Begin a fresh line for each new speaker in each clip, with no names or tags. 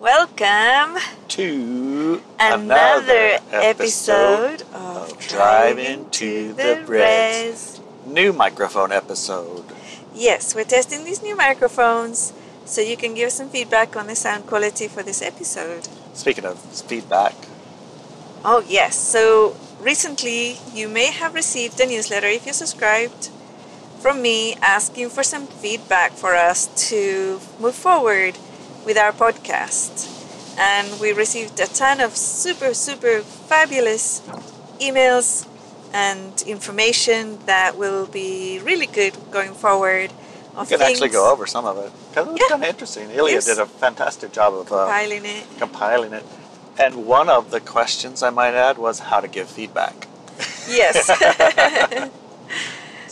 Welcome
to
another episode of
Driving to the Breads.
Breads.
New microphone episode.
Yes, we're testing these new microphones so you can give us some feedback on the sound quality for this episode.
Speaking of feedback,
Oh, yes. So recently, you may have received a newsletter if you subscribed from me asking for some feedback for us to move forward with our podcast. And we received a ton of super, super fabulous emails and information that will be really good going forward.
we
Of
can actually
things,
go over some of it because it was
Yeah.
kind of interesting. Ilya
Yes.
did a fantastic job of uh,
compiling it.
compiling it. And one of the questions I might add was how to give feedback.
Yes.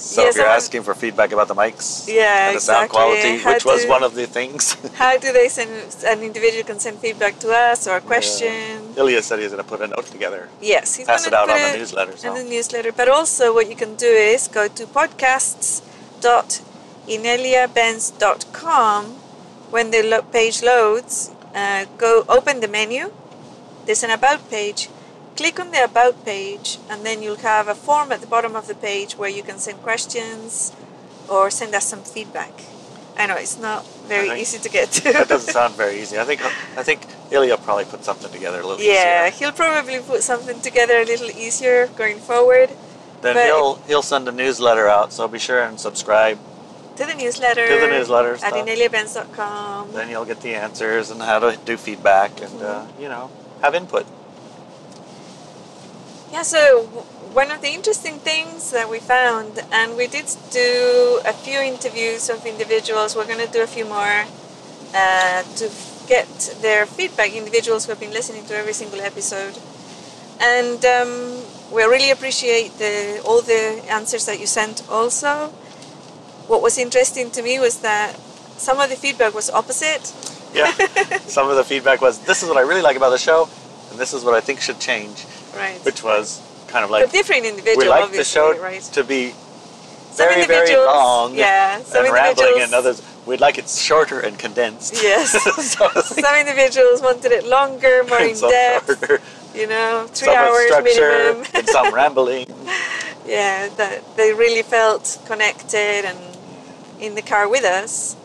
So
Yes,
if you're
I want-
asking for feedback about the mics,
Yeah,
and the sound
exactly.
quality,
How
which was
to-
one of the things.
How do they send an individual can send feedback to us or a question?
Ilya said he's going to put a note together,
Yes, he's
pass it
gonna
out
put
on the
it
newsletter. So.
in the newsletter. But also, what you can do is go to podcasts.ineliabenz.com. When the lo- page loads, uh, go open the menu. There's an about page. Click on the about page, and then you'll have a form at the bottom of the page where you can send questions or send us some feedback. I know it's not very
think-
easy to get to.
that doesn't sound very easy. I think I think Ilya probably put something together a little
Yeah,
easier.
he'll probably put something together a little easier going forward
Then
but-
he'll he'll send a newsletter out, so be sure and subscribe.
to the newsletter.
To the newsletter
at
stuff.
ineliabenz.com.
Then you'll get the answers and how to do feedback and uh, you know have input.
Yeah, so w- one of the interesting things that we found, and we did do a few interviews of individuals. We're going to do a few more uh, to get their feedback. Individuals who have been listening to every single episode, and um, we really appreciate the all the answers that you sent. Also, what was interesting to me was that some of the feedback was opposite.
Yeah. Some of the feedback was this is what I really like about the show, and this is what I think should change,
Right.
which was kind of
but
like
different individual,
we like the
obviously,
show
right?
to be
Some
very very
individuals-
long
yeah, some
and rambling, and
individuals-
others we'd like it shorter and condensed.
Yes.
so it's like-
Some individuals wanted it longer, more in
some
depth,
shorter.
you know, three
some with
hours
structure
minimum.
and some rambling.
yeah, that they really felt connected and in the car with us.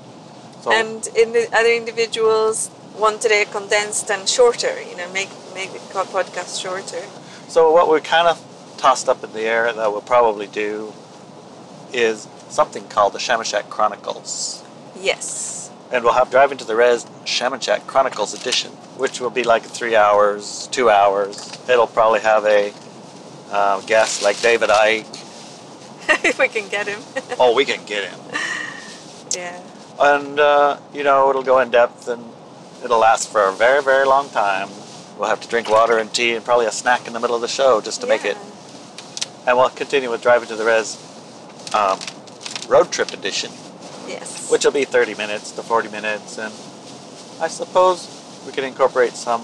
So
And in the other individuals wanted it condensed and shorter, you know, make make the co- podcast shorter.
So what we kind of tossed up in the air that we'll probably do is something called the Shamashak Chronicles.
Yes.
And we'll have Driving to the Res Shamashak Chronicles edition, which will be like three hours, two hours. It'll probably have a uh, guest like David Icke.
if we can get him.
Oh, we can get him.
yeah.
And, uh, you know, it'll go in depth and it'll last for a very, very long time. We'll have to drink water and tea and probably a snack in the middle of the show just to make it
Yeah.
And we'll continue with Driving to the Res um, Road Trip Edition,
Yes.
which will be 30 minutes to 40 minutes. And I suppose we could incorporate some,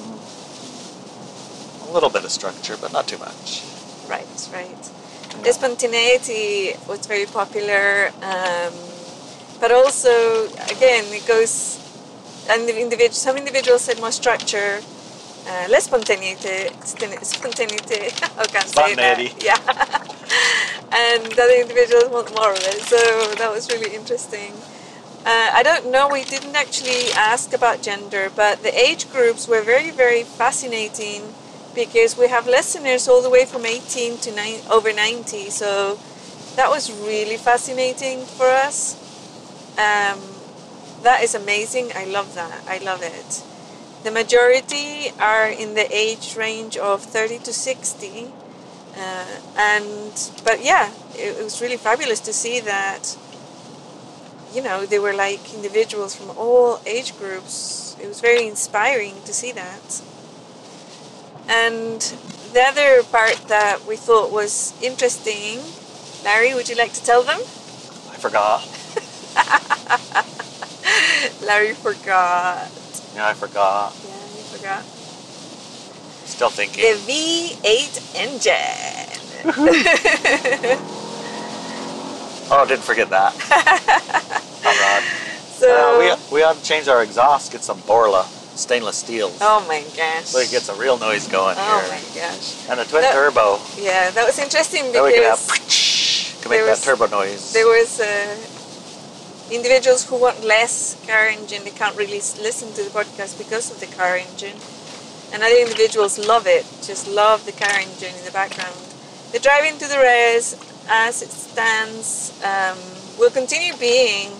a little bit of structure, but not too much.
Right, right.
Yeah.
The spontaneity was very popular, um, but also again it goes. And the individual, some individuals said more structure, uh, less spontaneity, stan- spontaneity. I can't say that.
Spontaneity.
Yeah. and the other individuals want more of it, so that was really interesting. Uh, I don't know. We didn't actually ask about gender, but the age groups were very, very fascinating because we have listeners all the way from 18 to nine, over 90. So that was really fascinating for us. Um, that is amazing. I love that. I love it. The majority are in the age range of 30 to 60. Uh, and but yeah, it, it was really fabulous to see that. You know, they were like individuals from all age groups. It was very inspiring to see that. And the other part that we thought was interesting, Larry, would you like to tell them?
I forgot.
Larry forgot.
Yeah, I forgot.
Yeah, he forgot.
Still thinking.
The V8 engine.
Oh, didn't forget that. Not Rod.
so,
Uh, we, we ought to change our exhaust, get some Borla stainless steels.
Oh my gosh.
So it gets a real noise going
oh
here.
my gosh.
And the twin
That-
turbo.
Yeah, that was interesting
That we can have.
because
Can make
there
that
was-
turbo noise.
there was uh, individuals who want less car engine. They can't really s- listen to the podcast because of the car engine. And other individuals love it, just love the car engine in the background. The drive into the res, as it stands, um, will continue being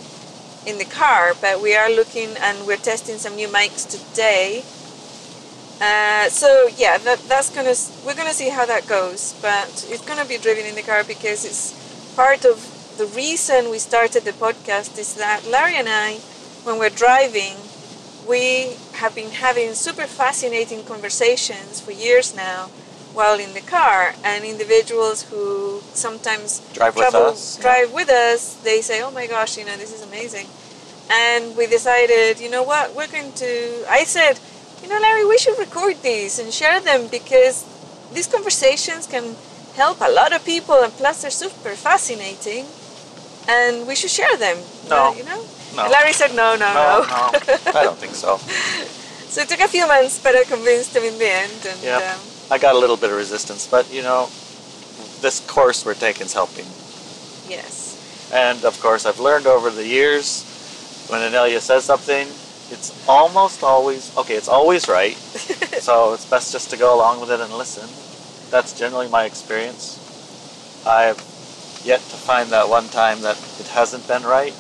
in the car, but we are looking and we're testing some new mics today. Uh, so yeah, that, that's gonna s- we're gonna see how that goes, but it's gonna be driven in the car because it's part of the reason we started the podcast is that Larry and I, when we're driving, we have been having super fascinating conversations for years now while in the car, and individuals who sometimes
Drive with
travel-
us, yeah.
drive with us, they say, "Oh my gosh, you know this is amazing." and we decided, you know what, we're going to. I said, you know, Larry, we should record these and share them because these conversations can help a lot of people, and plus they're super fascinating, and we should share them.
No.
Uh, you know.
No.
And Larry said, no, no, no.
no, no. I don't think so.
so it took a few months, but I convinced him in the end, and
Yeah.
um,
I got a little bit of resistance, but you know, this course we're taking is helping.
yes.
And of course, I've learned over the years when Anelia says something, it's almost always okay, it's always right. so it's best just to go along with it and listen. That's generally my experience. I've yet to find that one time that it hasn't been right,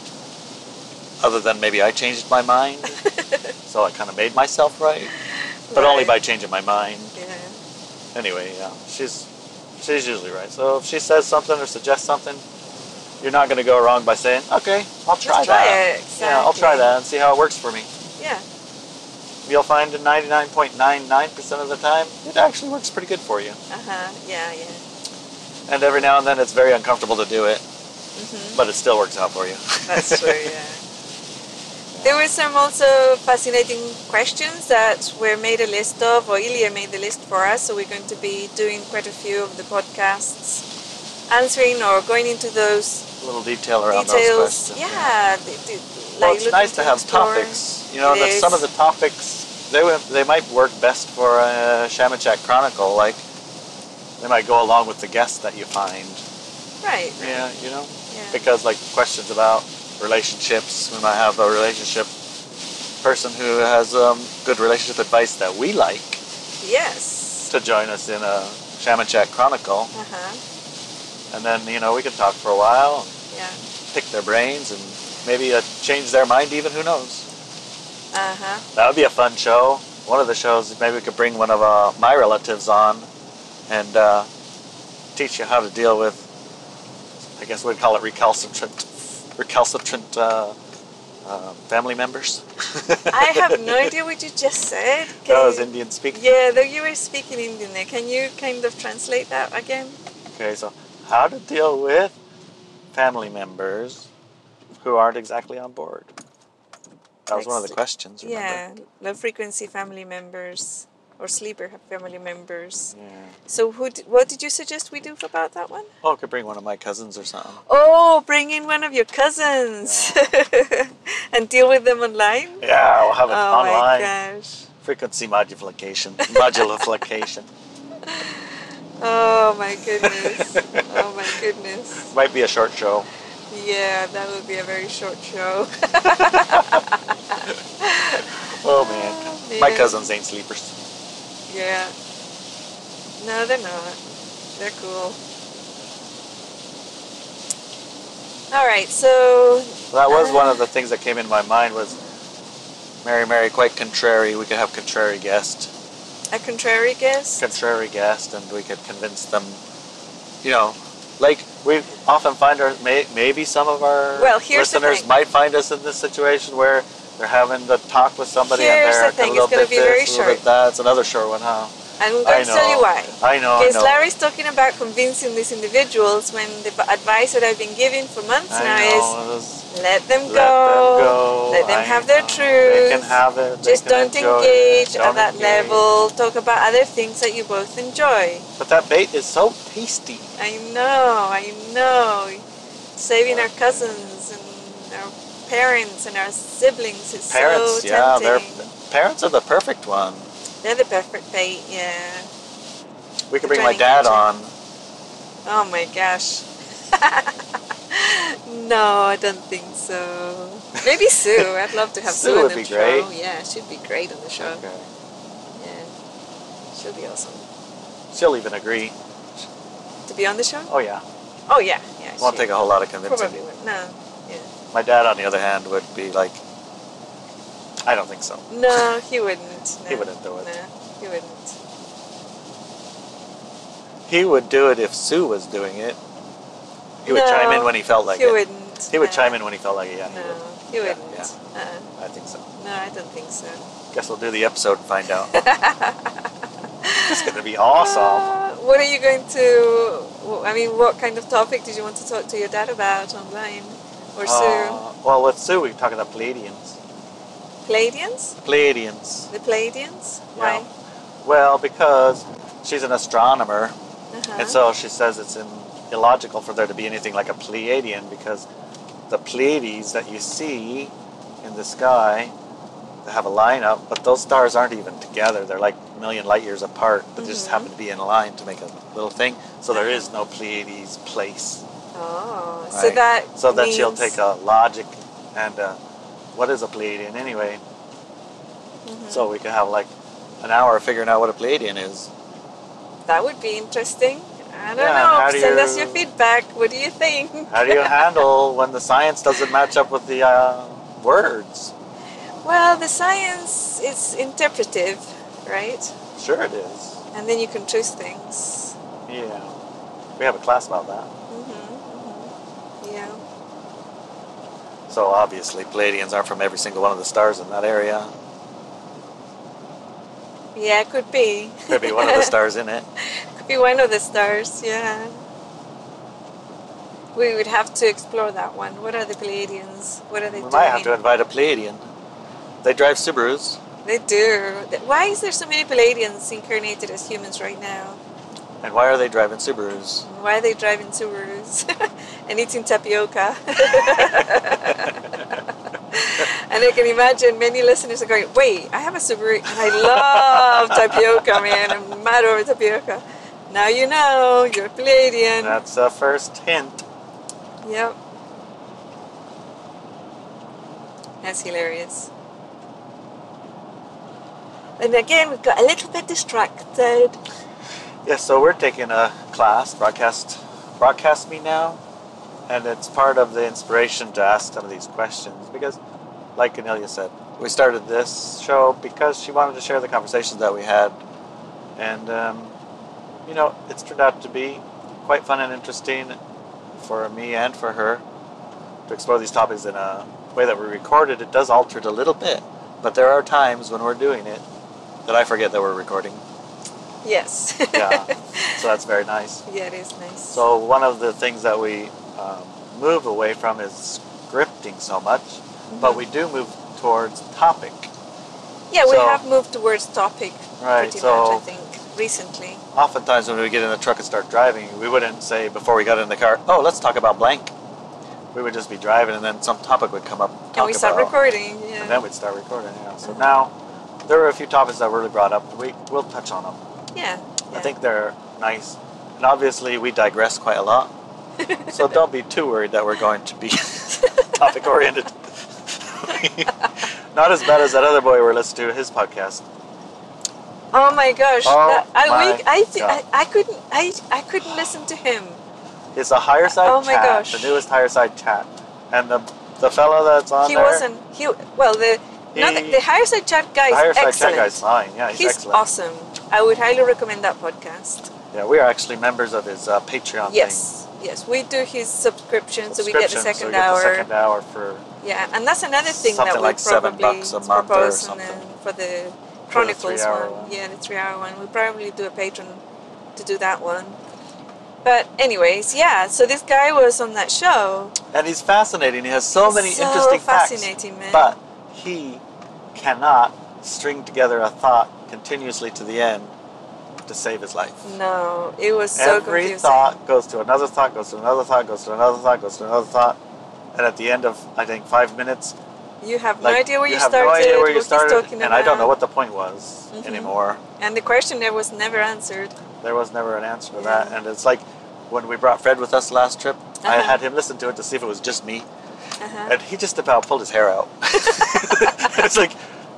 other than maybe I changed my mind. so I kind of made myself right, but only by
Right.
changing my mind
Yeah.
anyway, yeah, she's she's usually right. So if she says something or suggests something, you're not going to go wrong by saying, "Okay, I'll try
try
that."
it,
Yeah, I'll try
exactly.
that and see how it works for me.
Yeah.
You'll find that 99.99% of the time, it actually works pretty good for you.
Uh huh. Yeah. Yeah.
And every now and then, it's very uncomfortable to do it,
hmm
but it still works out for you.
That's true, yeah. There were some also fascinating questions that were made a list of, or Ilya made the list for us. So we're going to be doing quite a few of the podcasts, answering or going into those
little detail around those
details.
questions.
Yeah, the- the- like
Well, it's
looking
nice to have
explore.
topics. You know,
It
that some of
is.
the topics they would, they might work best for a Shamachak Chronicle. Like they might go along with the guests that you find.
Right.
Yeah, you know,
Yeah.
because like questions about relationships, we might have a relationship person who has um, good relationship advice that we like
Yes.
to join us in a Shamachak Chronicle,
Uh huh.
and then you know we can talk for a while,
Yeah.
pick their brains, and maybe uh, change their mind. Even who knows.
Uh huh.
That would be a fun show. One of the shows, maybe we could bring one of uh, my relatives on and uh, teach you how to deal with, I guess we'd call it recalcitrant, recalcitrant uh, uh, family members.
I have no idea what you just said. Can
That was
you-
Indian speak.
Yeah, though you were speaking Indian there. Can you kind of translate that again?
Okay, so how to deal with family members who aren't exactly on board. That was one of the
Next-
questions, remember?
Yeah, low frequency family members or sleeper family members.
Yeah.
So, who? d what did you suggest we do about that one?
Oh, I could bring one of my cousins or something.
Oh, bring in one of your cousins and deal with them online.
Yeah, we'll have it
oh
online.
my gosh!
Frequency modification. Modulification.
Oh my goodness! oh my goodness!
Might be a short show.
Yeah, that would be a very short show.
Oh man.
Oh,
My
man.
cousins ain't sleepers.
yeah. No, they're not. They're cool. All right, so
That was one of the things that came into my mind was Mary Mary quite contrary. We could have contrary guest.
a contrary guess.
Contrary guest and we could convince them you know like we often find our may, maybe some of our
Well, here's the
listeners
thing.
might find us in this situation where they're having to talk with somebody
Here's
and they're
the thing,
a little
it's gonna
bit
be
this,
very
a little bit
short.
that. It's another short one, huh?
I'm
I
going to tell you
know.
why.
I know. I
Because
know.
Larry's talking about convincing these individuals when the b- advice that I've been giving for months
I
now
know. It was-
is let them go,
Let them go.
let them
I
have their
know.
truth.
They can have it. They
Just
can
don't
enjoy
engage
it.
at
Don't
that
engage.
level. Talk about other things that you both enjoy.
But that bait is so tasty.
I know, I know. Saving our cousins and our parents and our siblings is
Parents,
so
yeah, they're
tempting.
parents are the perfect one.
They're, the perfect bait, yeah.
We could bring my
Joining
dad
Egypt.
on.
Oh my gosh. no, I don't think so. Maybe Sue. I'd love to have
Sue
Sue, on
would
the
be
show.
great.
Yeah, she'd be great on the show.
Okay.
Yeah, she'll be awesome.
She'll even agree.
To be on the show?
Oh yeah,
Oh yeah, yeah.
won't
she
take a whole lot of convincing.
Probably would. No, yeah.
My dad, on the other hand, would be like, I don't think so.
No, he wouldn't. No.
He wouldn't do it.
No, he wouldn't.
He would do it if Sue was doing it. He would
No,
chime in when he felt like
he
it.
wouldn't.
He would
no.
chime in when he felt like it. Yeah, he
No,
would.
he
Yeah,
wouldn't.
yeah.
Uh,
I think so.
no, I don't think so.
Guess we'll do the episode and find out. it's gonna be awesome.
Uh, what are you going to? I mean, what kind of topic did you want to talk to your dad about online or Sue?
Uh, well, with Sue, we talk about Palladians.
Pleiadians?
Pleiadians.
The Pleiadians?
Yeah.
Why?
Well, because she's an astronomer,
Uh-huh.
and so she says it's in, illogical for there to be anything like a Pleiadian because the Pleiades that you see in the sky they have a lineup, but those stars aren't even together. They're like a million light years apart. They just
Mhm.
happen to be in line to make a little thing. So there
Uh-huh.
is no Pleiades place.
oh, so
Right.
that
So that she'll
means-
take a logic and a, what is a Pleiadian anyway?
Mhm.
So we could have like an hour figuring out what a Pleiadian is.
that would be interesting. I don't
Yeah, how
know.
do
Send us your
you-
feedback. What do you think?
How do you handle when the science doesn't match up with the uh, words?
Well, the science is interpretive, right?
Sure, it is.
And then you can choose things.
Yeah. We have a class about that.
Mm-hmm. Yeah.
So obviously, Pleiadians aren't from every single one of the stars in that area.
Yeah, it could be.
Maybe one of the stars in it.
could be one of the stars. Yeah. We would have to explore that one. What are the Pleiadians? What are they
We
doing?
might have to invite a Pleiadian. They drive Subarus,
They do. Th- Why is there so many Palladians incarnated as humans right now?
and why are they driving Subarus?
And Why are they driving Subarus and eating tapioca? and I can imagine many listeners are going, wait, I have a Subaru and I love tapioca, man. I'm mad over tapioca. Now you know, you're a Palladian.
That's the first hint.
Yep. That's hilarious. And again, we got a little bit distracted.
Yeah, so we're taking a class, broadcast, broadcast me now, and it's part of the inspiration to ask some of these questions because, like Anelia said, we started this show because she wanted to share the conversations that we had, and um, you know, it's turned out to be quite fun and interesting for me and for her to explore these topics in a way that we recorded. It does alter it a little bit, but there are times when we're doing it that I forget that we're recording.
Yes.
Yeah, so that's very nice.
yeah, it is nice.
So one of the things that we um, move away from is scripting so much,
Mm-hmm.
but we do move towards topic.
yeah, we
so-
have moved towards topic
Right,
pretty
so-
much, I think, recently.
Oftentimes when we get in the truck and start driving, we wouldn't say before we got in the car, "Oh, let's talk about blank." We would just be driving, and then some topic would come up.
and we
talk
start
about,
recording. Yeah.
and then we'd start recording. Yeah. So
Mhm.
now there are a few topics that were really brought up. We we'll touch on them.
yeah.
I
yeah.
think they're nice, and obviously we digress quite a lot. so don't be too worried that we're going to be topic oriented. Not as bad as that other boy we're listening to his podcast.
Oh my gosh!
Oh
that, I, we,
my
I, thi-
God.
I, I couldn't I, I couldn't listen to him.
It's a higher side
Oh my
chat,
gosh.
the newest higher side chat, and the the fellow that's on
he
there,
wasn't he well the no, the,
He-
the higher side chat guy
the
is
higher side
excellent.
chat guy's fine. Yeah, he's,
He's
excellent. Oh,
awesome. I would highly recommend that podcast.
Yeah, we are actually members of his uh, Patreon
Yes, yes, we do his subscription,
thing.
so we get the
Subscription, so
second
we get the
hour.
second hour for
Yeah, and that's another thing
Something
that we
like seven
probably
bucks a month or
propose on
something.
the- for the Chronicles
three-hour
one.
one.
Yeah, the three-hour one. We probably do a patron to do that one. But anyways, yeah. So this guy was on that show.
And he's fascinating. He has so many
So
interesting
fascinating, man.
facts. But he cannot string together a thought continuously to the end to save his life.
No, it was so
Every
confusing.
thought goes to another thought, goes to another thought, goes to another thought, goes to another thought, And at the end of I think five minutes,
You have
like
no idea where
you
you,
have
started.
no idea where you
what
started,
he's talking
and I don't know
about.
what the point was
Mhm.
anymore.
And the question there was never answered.
There was never an answer to that,
Yeah.
and it's like when we brought Fred with us last trip, I
Uh-huh.
had him listen to it to see if it was just me,
Uh-huh.
and he just about pulled his hair out. it's like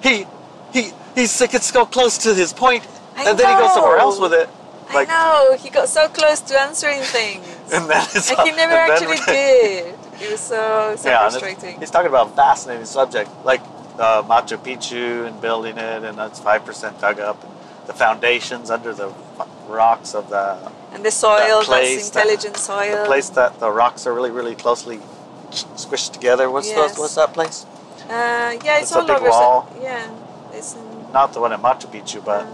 he he he's like it's so close to his point,
I
and then he goes somewhere
know.
else with it. Like
I know he got so close to answering things,
and then it's
and he never
and then-
actually did. It was so so
yeah, and it's-
frustrating.
he's talking about a fascinating subject like uh, Machu Picchu and building it, and that's five percent dug up, and the foundations under the f- rocks of the,
and the soil,
that place,
that's intelligent
the
soil.
place that the rocks are really, really closely squished together. What's
Yes.
those, what's that place?
Uh, yeah, it's,
It's a
all
big
over.
wall.
Yeah, it's in,
Not the one at Machu Picchu, but
uh,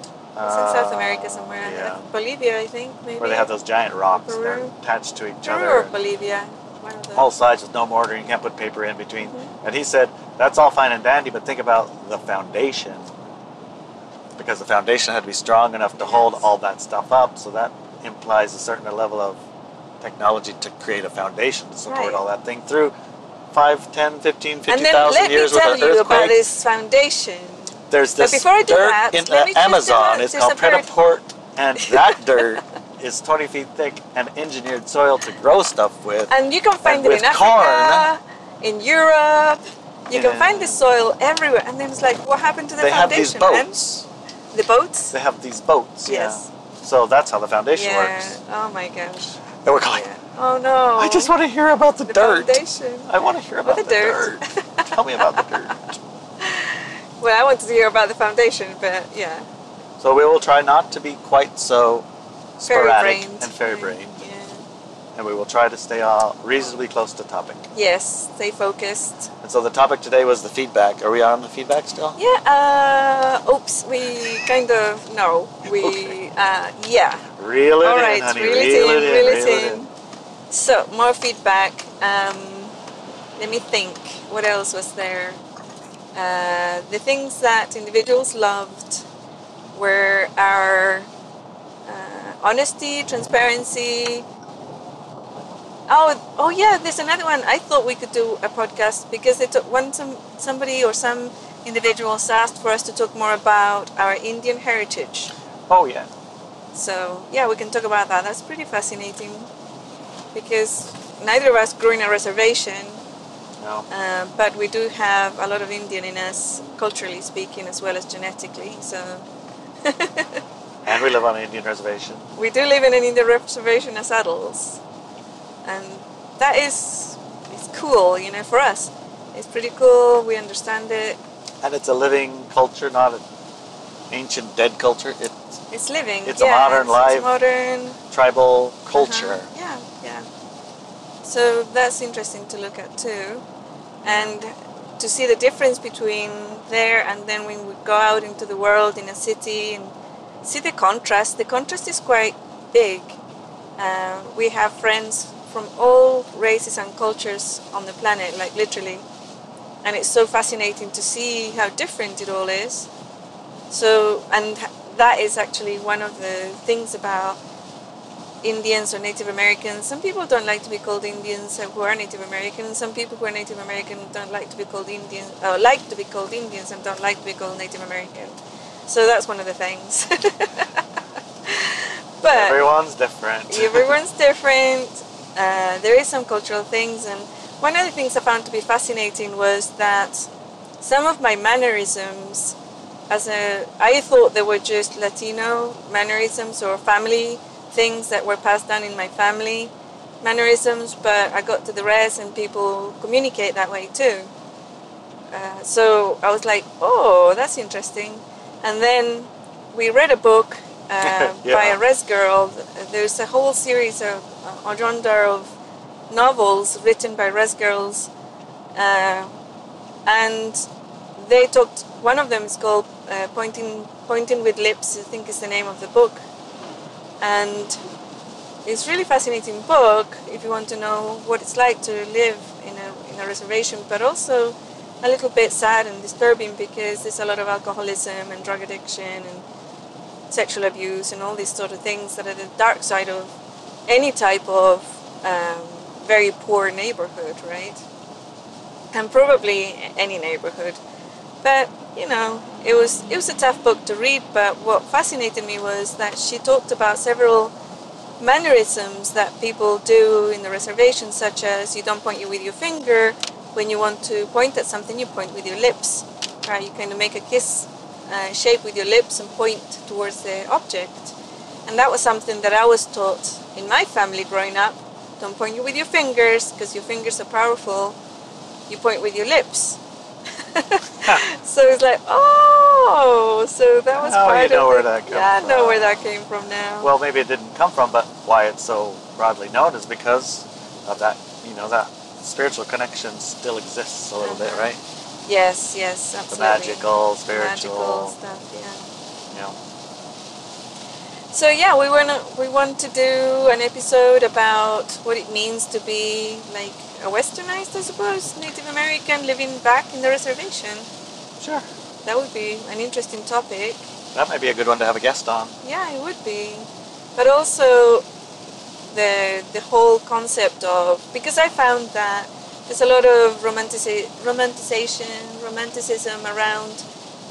it's in
uh,
South America somewhere. I
Yeah,
think. Bolivia, I think maybe.
where they have those giant rocks and they're
Peru.
attached to each
Peru
other.
or Bolivia, one of those.
all sides with no mortar. You can't put paper in between.
Mhm.
And he said, that's all fine and dandy, but think about the foundation. Because the foundation had to be strong enough to hold
Yes.
all that stuff up. So that implies a certain level of technology to create a foundation to support
Right.
all that thing through 5, 10, 15,
and then let
50,000 years
me
with
tell
an
you about
earthquake.
this foundation.
There's
But
this
before I do
dirt
that,
in
let me
the
just
Amazon.
do a-
It's
just
called
a bird-
Predaport. And that dirt is 20 feet thick and engineered soil to grow stuff with.
And you can find
And
it in
with
Africa, in Europe. You can
Yeah.
find this soil everywhere. And then it's like, what happened to the
they have these
foundation? man?
boats.
The boats?
They have these boats. yeah.
Yes.
So that's how the foundation
yeah.
works.
Oh my gosh.
And we're going,
Yeah. Oh no.
I just want to hear about the,
the
dirt.
foundation.
I want to hear about
the
the,
dirt."
dirt. Tell me about the dirt.
Well, I wanted to hear about the foundation, but yeah.
So we will try not to be quite so sporadic
Fairy-brained.
and fairy brained,
Yeah.
and we will try to stay all reasonably close to topic.
Yes, stay focused.
And so the topic today was the feedback. Are we on the feedback still?
Yeah, uh, oops, we kind of, no, we,
Okay.
uh, yeah.
Reel it
All
in,
right,
honey.
reel it in, reel it in. So, more feedback. Um, let me think. What else was there? Uh, the things that individuals loved were our uh, honesty, transparency. Oh, oh yeah. There's another one. I thought we could do a podcast because they took one some somebody or some individuals asked for us to talk more about our Indian heritage.
Oh yeah.
So yeah, we can talk about that. That's pretty fascinating because neither of us grew in a reservation,
No.
uh, but we do have a lot of Indian in us, culturally speaking, as well as genetically. So
And we live on an Indian reservation.
we do live in an Indian reservation as adults, and that is it's cool, you know, for us. It's pretty cool. We understand it.
And it's a living culture, not an ancient dead culture. It's
It's living.
It's a
yeah,
modern
it's,
life.
It's modern.
tribal culture.
Uh-huh. Yeah, yeah. So that's interesting to look at too, and to see the difference between there and then when we go out into the world in a city and see the contrast. The contrast is quite big. Uh, we have friends from all races and cultures on the planet, like literally, and it's so fascinating to see how different it all is. So, and that is actually one of the things about Indians or Native Americans. Some people don't like to be called Indians who are Native American. Some people who are Native American don't like to be called Indian, uh, like to be called Indians and don't like to be called Native American. So that's one of the things. but
Everyone's different.
everyone's different. Uh, there is some cultural things, and one of the things I found to be fascinating was that some of my mannerisms, as a, I thought they were just Latino mannerisms or family things that were passed down in my family mannerisms, but I got to the rest, and people communicate that way too. Uh, so I was like, oh, that's interesting. And then we read a book uh, by
Yeah.
a res girl. There's a whole series of uh, a genre of novels written by res girls, uh, and they talked. One of them is called uh, "Pointing Pointing with Lips." I think is the name of the book, and it's really fascinating book if you want to know what it's like to live in a, in a reservation, but also a little bit sad and disturbing because there's a lot of alcoholism and drug addiction and sexual abuse and all these sort of things that are the dark side of any type of um, very poor neighborhood, right? And probably any neighborhood. But you know, it was it was a tough book to read. But what fascinated me was that she talked about several mannerisms that people do in the reservation, such as you don't point you with your finger when you want to point at something, you point with your lips. Right? You kind of make a kiss uh, shape with your lips and point towards the object. And that was something that I was taught in my family growing up. Don't point you with your fingers because your fingers are powerful. You point with your lips. so it's like, oh, so that was
Now
part
you
of
know
the-
where that came
yeah, I know
from.
where that came from now.
Well, maybe it didn't come from, but why it's so broadly known is because of that, you know, that spiritual connection still exists a little bit,
Uh-huh.
right?
yes, yes,
The
absolutely. magical
magical, spiritual,
stuff. Yeah.
you know.
So yeah, we want to we want to do an episode about what it means to be like a westernized, I suppose, Native American living back in the reservation.
Sure.
That would be an interesting topic.
That might be a good one to have a guest on.
Yeah, it would be. But also the the whole concept of because I found that there's a lot of romantici- romanticization romanticism around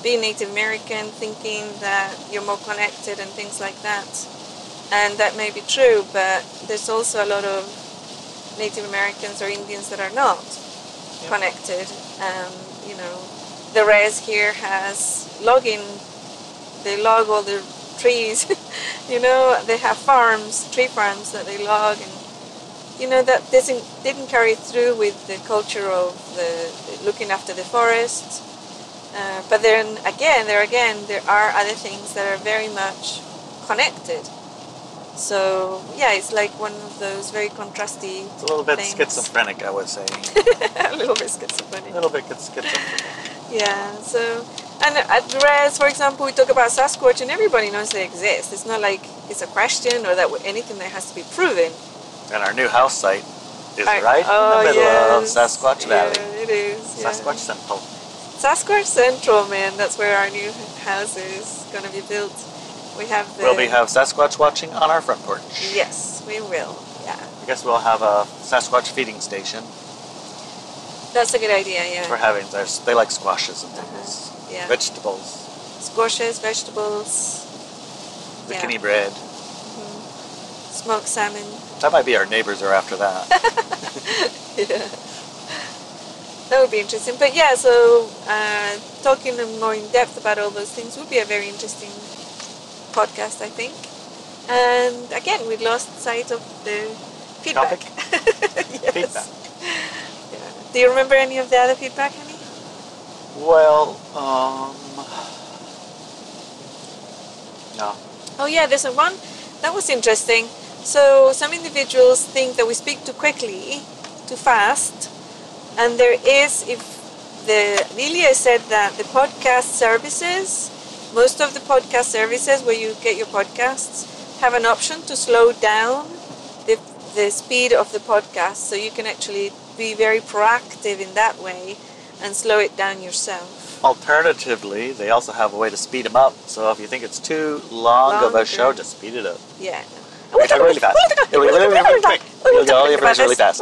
being Native American, thinking that you're more connected and things like that. And that may be true, but there's also a lot of Native Americans or Indians that are not
Yeah.
connected. Um, you know, the res here has logging they log all the trees you know they have farms tree farms that they log and you know that doesn't didn't carry through with the culture of the, the looking after the forest uh, but then again there again there are other things that are very much connected so yeah it's like one of those very contrasty
It's a little bit
Thanks.
schizophrenic, I would say.
a little bit schizophrenic
a little bit schizophrenic.
Yeah, so and at the rest, for example, we talk about Sasquatch, and everybody knows they exist. It's not like it's a question or that w- anything that has to be proven.
And our new house site is
Like,
right
oh,
in the middle
yes,
of Sasquatch Valley,
Yeah, it is. yeah.
Sasquatch Central.
Sasquatch Central, man. That's where our new house is gonna be built. We have the.
We'll be have Sasquatch watching on our front porch.
Yes, we will. Yeah,
I guess we'll have a Sasquatch feeding station
that's a good idea. Yeah. Uh-huh.
for having their. They like squashes and things,
Yeah.
vegetables,
Squashes, vegetables, Yeah.
zucchini bread.
smoked salmon.
That might be our neighbors are after that.
yeah. That would be interesting. But yeah, so uh, talking more in depth about all those things would be a very interesting podcast, I think. And again, we lost sight of the feedback. yes.
Feedback.
Yeah. Do you remember any of the other feedback, honey?
well, um, no,
Oh yeah, there's a one that was interesting. So some individuals think that we speak too quickly, too fast, and there is if the Lilia said that the podcast services, most of the podcast services where you get your podcasts have an option to slow down the the speed of the podcast, so you can actually be very proactive in that way and slow it down yourself.
Alternatively, they also have a way to speed them up. So if you think it's too long, of
Long,
a show,
yeah.
just speed it up.
Yeah.
We talk really fast. Yeah, we really, really quick. We'll get all the information really fast.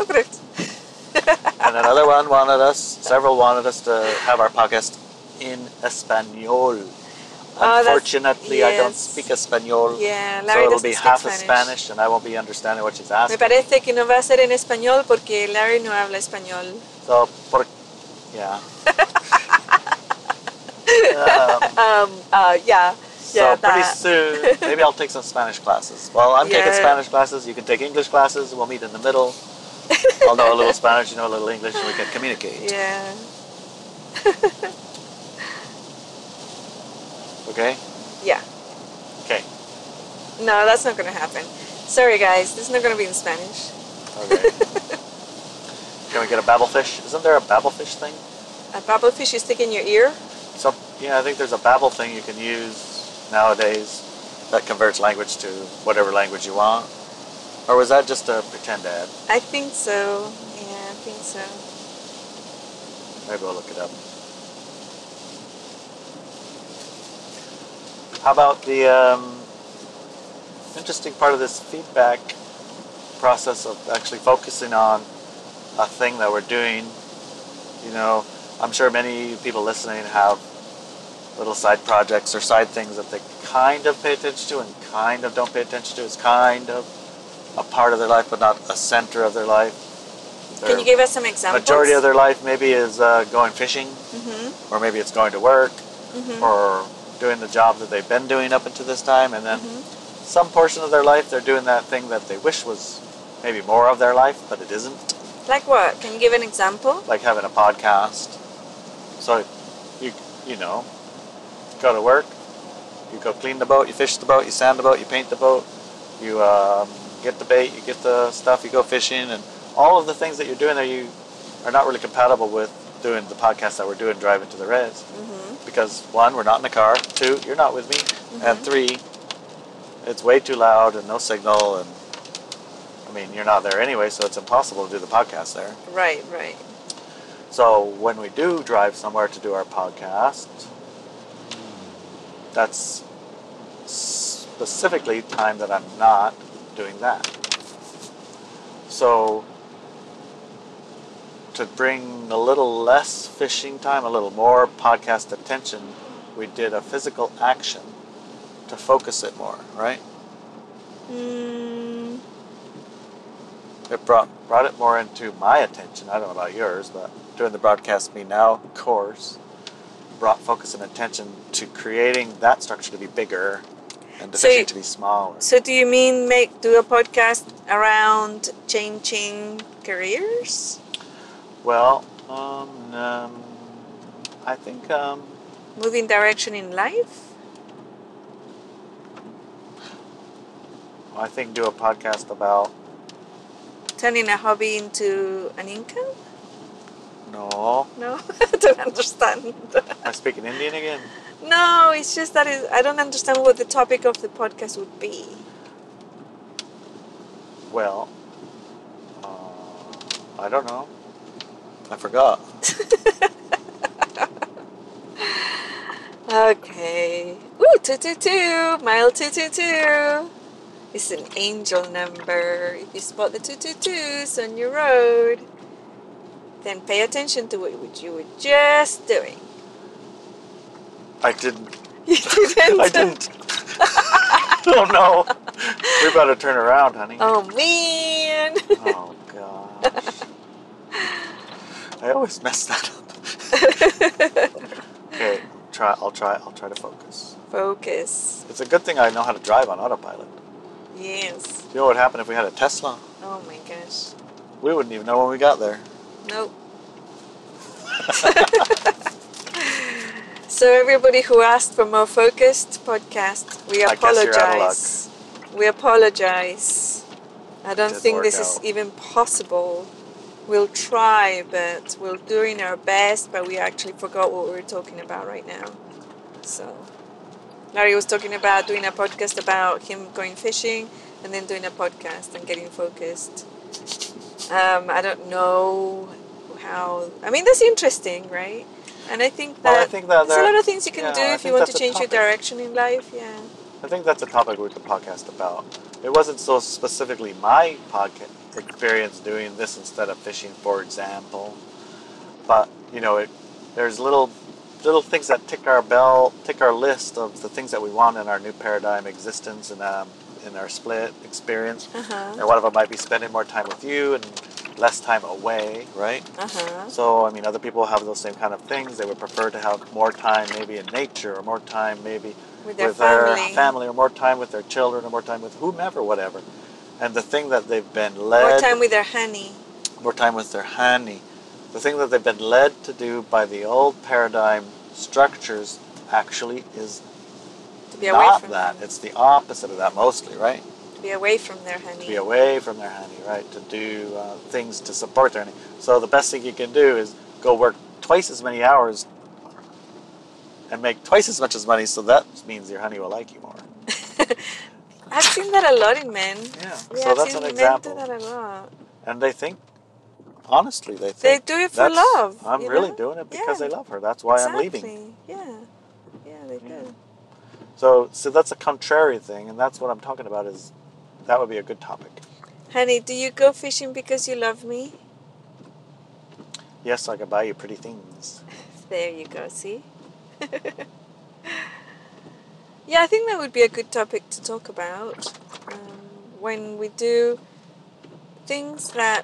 And another one wanted us, several wanted us to have our podcast in Espanol.
Oh, that's-
Unfortunately, I don't
yes.
speak Espanol.
Yeah,
so
Larry
it'll
doesn't
be
speak
half
Spanish.
Spanish, and I won't be understanding what she's
Me
asking.
parece que no va a ser en español porque Larry no habla español.
So, por, yeah. um,
Um, uh, yeah, yeah,
so pretty
that.
soon, maybe I'll take some Spanish classes. Well, I'm taking
Yeah.
Spanish classes. You can take English classes. We'll meet in the middle. I'll know a little Spanish, you know a little English, and we can communicate.
Yeah.
Okay.
Yeah.
Okay.
No, that's not gonna happen. Sorry, guys. This is not gonna be in Spanish.
Okay. Can we get a babblefish? Isn't there a babblefish thing?
A babblefish is sticking in your ear.
So yeah, I think there's a babble thing you can use nowadays that converts language to whatever language you want. Or was that just a pretend ad?
I think so. Yeah, I think so.
Maybe I'll look it up. How about the um, interesting part of this feedback process of actually focusing on a thing that we're doing. You know, I'm sure many people listening have little side projects or side things that they kind of pay attention to and kind of don't pay attention to. It's kind of a part of their life, but not a center of their life.
Can you give us some examples?
majority of their life maybe is uh, going fishing,
Mm-hmm.
or maybe it's going to work,
Mm-hmm.
or doing the job that they've been doing up until this time, and then
mm-hmm.
some portion of their life they're doing that thing that they wish was maybe more of their life, but it isn't.
Like what? Can you give an example?
Like having a podcast. So you you know, go to work, you go clean the boat, you fish the boat, you sand the boat, you paint the boat, you um, get the bait, you get the stuff, you go fishing, and all of the things that you're doing there you are not really compatible with doing the podcast that we're doing driving to the res
Mm-hmm.
because one, we're not in the car. Two, you're not with me. And three, it's way too loud and no signal. And I mean, you're not there anyway, so it's impossible to do the podcast there.
Right, right.
So when we do drive somewhere to do our podcast, that's specifically time that I'm not doing that. So to bring a little less fishing time, a little more podcast attention, we did a physical action to focus it more, right?
Mm,
It brought brought it more into my attention. I don't know about yours, but during the broadcast me now course, brought focus and attention to creating that structure to be bigger and the
So
vision
you-
to be smaller.
so do you mean make do a podcast around changing careers?
Well, um, um, I think um,
Moving direction in life?
I think do a podcast about
Turning a hobby into an income?
no.
No, I don't understand.
I speak in Indian again.
no, it's just that it, I don't understand what the topic of the podcast would be.
Well, uh, I don't know. I forgot.
Okay. Woo, 222, mile 222. It's an angel number. If you spot the 222s on your road, then pay attention to what you were just doing.
I didn't.
You didn't.
I didn't. oh no. We better turn around, honey.
Oh man.
Oh gosh. I always mess that up. okay, try. I'll try. I'll try to focus.
Focus.
It's a good thing I know how to drive on autopilot.
Yes.
You know what would happen if we had a Tesla?
Oh my gosh.
We wouldn't even know when we got there.
Nope. so everybody who asked for more focused podcast, we
I guess you're out of
apologize. We apologize. I don't
Didn't
think
work
this is
out.
even possible. We'll try, but we're doing our best, but we actually forgot what we were talking about right now. So Larry was talking about doing a podcast about him going fishing and then doing a podcast and getting focused. Um, I don't know how. I mean, that's interesting, right? And I think that,
Well, I think that
there's a
there-
lot of things you can
yeah,
do
I
if you
think
want to
that's a
change your
topic.
direction in life. Yeah.
I think that's a topic we could podcast about. It wasn't so specifically my podcast experience doing this instead of fishing, for example. But you know, it, there's little little things that tick our bell, tick our list of the things that we want in our new paradigm existence and um, in our split experience.
Uh huh.
And one of them might be spending more time with you and less time away, right?
Uh huh.
So, I mean, other people have those same kind of things. They would prefer to have more time maybe in nature or more time maybe
With their
with
family.
their family or more time with their children or more time with whomever, whatever. And the thing that they've been led,
More time with their honey.
more time with their honey, the thing that they've been led to do by the old paradigm structures actually is
To be away
not
from
that.
them.
It's the opposite of that mostly, right?
To be away from their honey.
to be away from their honey, right? To do uh, things to support their honey. So the best thing you can do is go work twice as many hours and make twice as much as money. So that means your honey will like you more.
I've seen that a lot in men.
Yeah.
Yeah,
so
I've
that's
seen
an
men
example.
do that a lot.
And they think, honestly, they
They
think
do it for
that's,
love.
I'm
you
really
know?
doing it because
Yeah.
I love her. That's why I'm
exactly.
leaving. Mm.
Yeah. Yeah, they
Yeah.
do.
So, so that's a contrary thing, and that's what I'm talking about. Is that would be a good topic.
Honey, do you go fishing because you love me?
Yes, I can buy you pretty things.
There you go, see? yeah, I think that would be a good topic to talk about um, when we do things that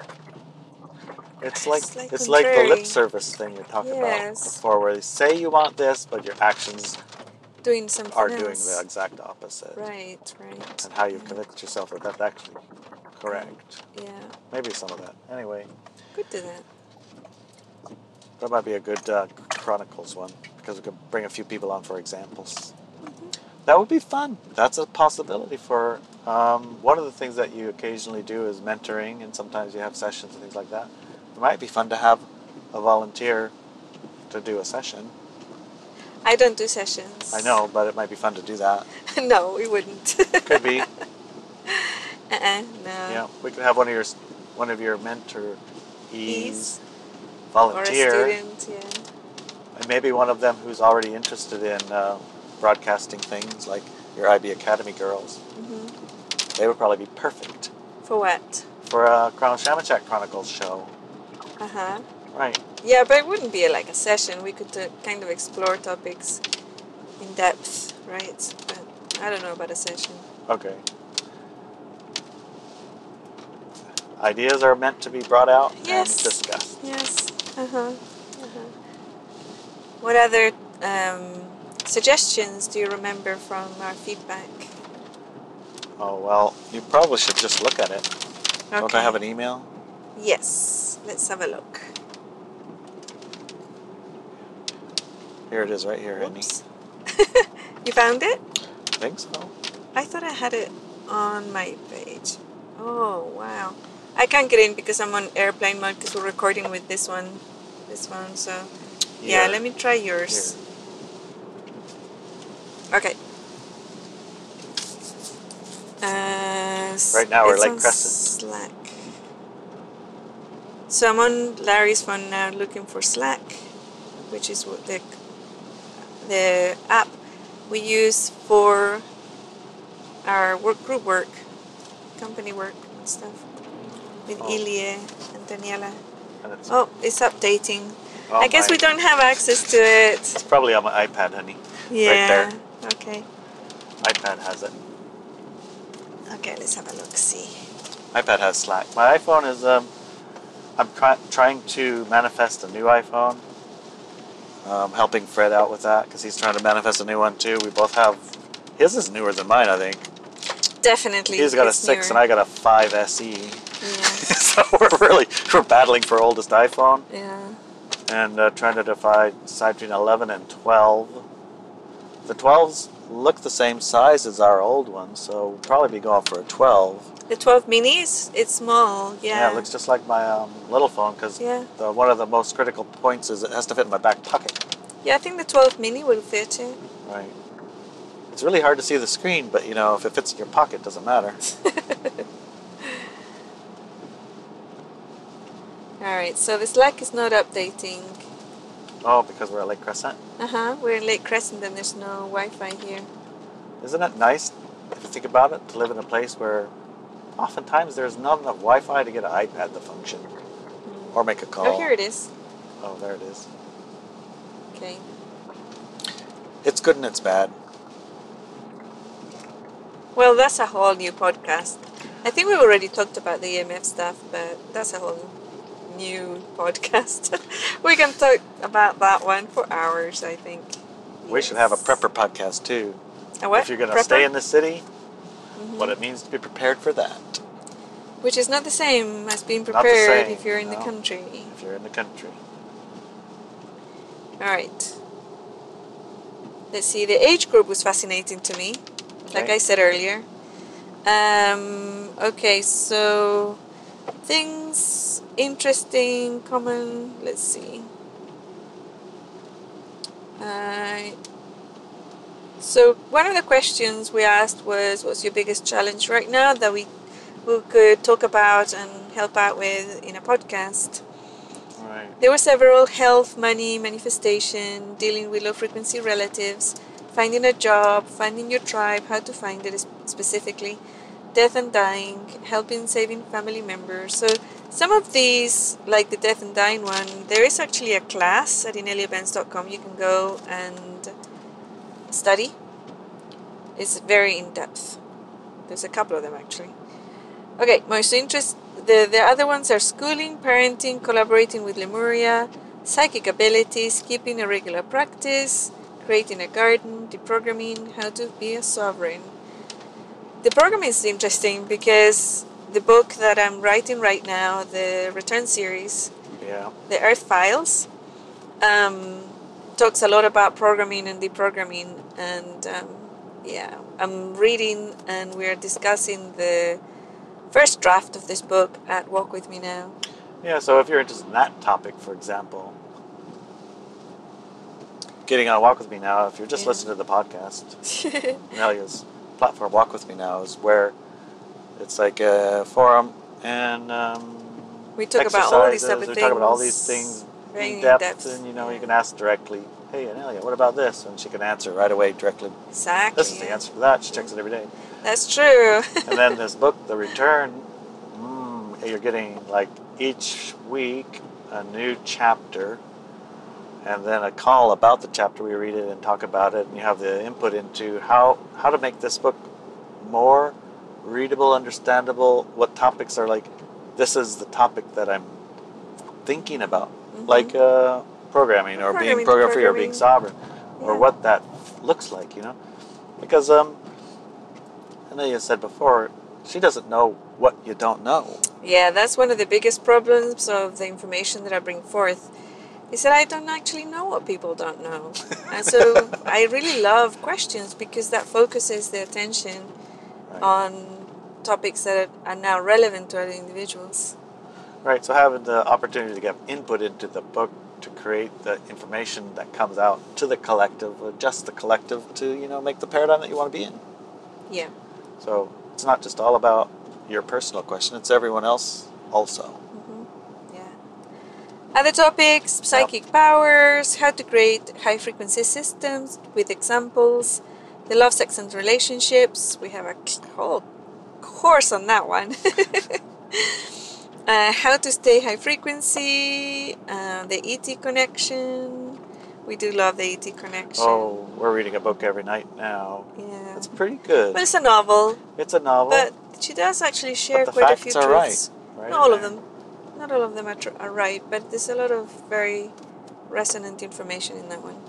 It's like
It's
it's
like
like, the
contrary.
lip service thing we talked
Yes.
about before, where you say you want this, but your actions
doing something
are doing
else.
the exact opposite.
Right, right.
And how you convict yourself that that's actually correct.
Yeah,
Maybe some of that. Anyway,
good to that.
that might be a good uh, Chronicles one because we could bring a few people on for examples.
Mm-hmm.
That would be fun. That's a possibility for um, one of the things that you occasionally do is mentoring, and sometimes you have sessions and things like that. It might be fun to have a volunteer to do a session.
I don't do sessions.
I know, but it might be fun to do that.
no, we wouldn't.
Could be.
uh-uh, no.
yeah, we could have one of your s- one of your mentorees
Ease or a
volunteer,
student, yeah.
and maybe one of them who's already interested in uh, broadcasting things like your IB Academy girls.
Mhm.
They would probably be perfect
For what?
for a Crown Shamachak Chronicles show.
Uh huh.
Right.
Yeah, but it wouldn't be like a session. We could uh, kind of explore topics in depth, right? But I don't know about a session.
Okay. Ideas are meant to be brought out
Yes.
and discussed.
Yes. Uh huh. What other um, suggestions do you remember from our feedback?
Oh well, you probably should just look at it. Don't I have an email?
Yes. Let's have a look.
Here it is, right here, Andy.
Oops. you found it?
Think
Oh.
so.
I thought I had it on my page. Oh wow! I can't get in because I'm on airplane mode because we're recording with this one, this one. So yeah,
Here.
let me try yours. Okay. Uh, s-
Right now we're
it's
like
on
Crescent.
Slack. So I'm on Larry's phone now, looking for Slack, which is what the the app we use for our work group work, company work and stuff with
Oh.
Ilie and Daniela.
And it's
Oh, it's updating.
Oh,
I guess
my-
we don't have access to it.
It's probably on my iPad, honey.
Yeah.
there.
Okay.
iPad has it.
Okay, let's have a look. See.
iPad has Slack. My iPhone is um, I'm try- trying to manifest a new iPhone. Um, helping Fred out with that because he's trying to manifest a new one too. We both have his is newer than mine, I think.
Definitely.
He's got a
it's
six
newer.
and I got a five SE.
Yeah.
so we're really we're battling for oldest iPhone
yeah.
and uh, trying to divide decide between eleven and twelve. The twelves look the same size as our old one, so we'll probably be going for a twelve.
The 12 mini is it's small.
Yeah,
Yeah.
it looks just like my um, little phone because
Yeah.
the, one of the most critical points is it has to fit in my back pocket.
Yeah, I think the 12 mini will fit it.
Right. It's really hard to see the screen, but you know, if it fits in your pocket, it doesn't matter.
All right. So the Slack is not updating.
oh, because we're at Lake Crescent.
Uh huh. We're in Lake Crescent and there's no Wi-Fi here.
Isn't it nice, if you think about it, to live in a place where oftentimes there's not enough Wi Fi to get an iPad to function or make a call?
Oh, here it is.
Oh, there it is.
Okay.
It's good and it's bad.
Well, that's a whole new podcast. I think we already talked about the EMF stuff, but that's a whole new podcast. we can talk about that one for hours, I think.
We should have a
Yes.
prepper podcast too.
A what?
If you're going to
Prepper? Mm-hmm.
stay in the city, what it means to be prepared for that
Which is not the same as being
Not the
prepared
same,
if you're in the
no.
country.
if you're in the country.
All right. Let's see. The age group was fascinating to me, like
Okay.
I said earlier. Um, okay, so things interesting, common. Let's see. Uh, so one of the questions we asked was, "What's your biggest challenge right now that we we could talk about and help out with in a podcast?"
Right.
There were several health, money, manifestation, dealing with low frequency relatives, finding a job, finding your tribe, how to find it sp- specifically, death and dying, helping saving family members. So some of these, like the death and dying one, there is actually a class at ineliabenz.com you can go and study. It's very in depth. There's a couple of them actually. Okay, most interest. The, the other ones are schooling, parenting, collaborating with Lemuria, psychic abilities, keeping a regular practice, creating a garden, deprogramming, how to be a sovereign. The program is interesting because the book that I'm writing right now, the Return series,
Yeah.
the Earth Files, um, talks a lot about programming and deprogramming. And um, yeah, I'm reading and we're discussing the first draft of this book at Walk With Me Now.
Yeah, so if you're interested in that topic, for example, getting on a walk with me now, if you're just
Yeah.
listening to the podcast, Amelia's platform Walk With Me Now is where it's like a forum and um,
We talk about all these
exercises.
type of
We talk about all these
things.
things
Very
in depth,
in-depth.
and you know, you
Yeah.
can ask directly, hey, Amelia, what about this? And she can answer right away directly.
Exactly.
This is the answer to that. She checks it every day.
That's true.
and then this book, The Return, mm, you're getting like each week a new chapter and then a call about the chapter. We read it and talk about it, and you have the input into how, how to make this book more readable, understandable, what topics are like, this is the topic that I'm thinking about,
Mhm.
like uh, programming or
Programming,
being program free or being
programming.
sovereign or
Yeah.
what that looks like, you know? Because um, I know you said before, she doesn't know what you don't know.
Yeah, that's one of the biggest problems of the information that I bring forth is that I don't actually know what people don't know. and so I really love questions because that focuses the attention
Right.
on topics that are now relevant to other individuals.
Right, so having the opportunity to get input into the book to create the information that comes out to the collective, adjust the collective to, you know, make the paradigm that you want to be in.
Yeah.
So it's not just all about your personal question, it's everyone else also.
Yeah. Other topics psychic powers, how to create high frequency systems with examples, the love, sex, and relationships. We have a c- whole course on that one. uh, how to stay high frequency, uh, the ET connection. We do love the ET connection.
Oh, we're reading a book every night now.
Yeah.
It's pretty good.
Well, it's a novel,
It's a novel.
but she does actually share
Oh. the
quite a
facts
few
are
truths.
right?
Not all of
And
them. Not all of them are, tr- are right, but there's a lot of very resonant information in that one.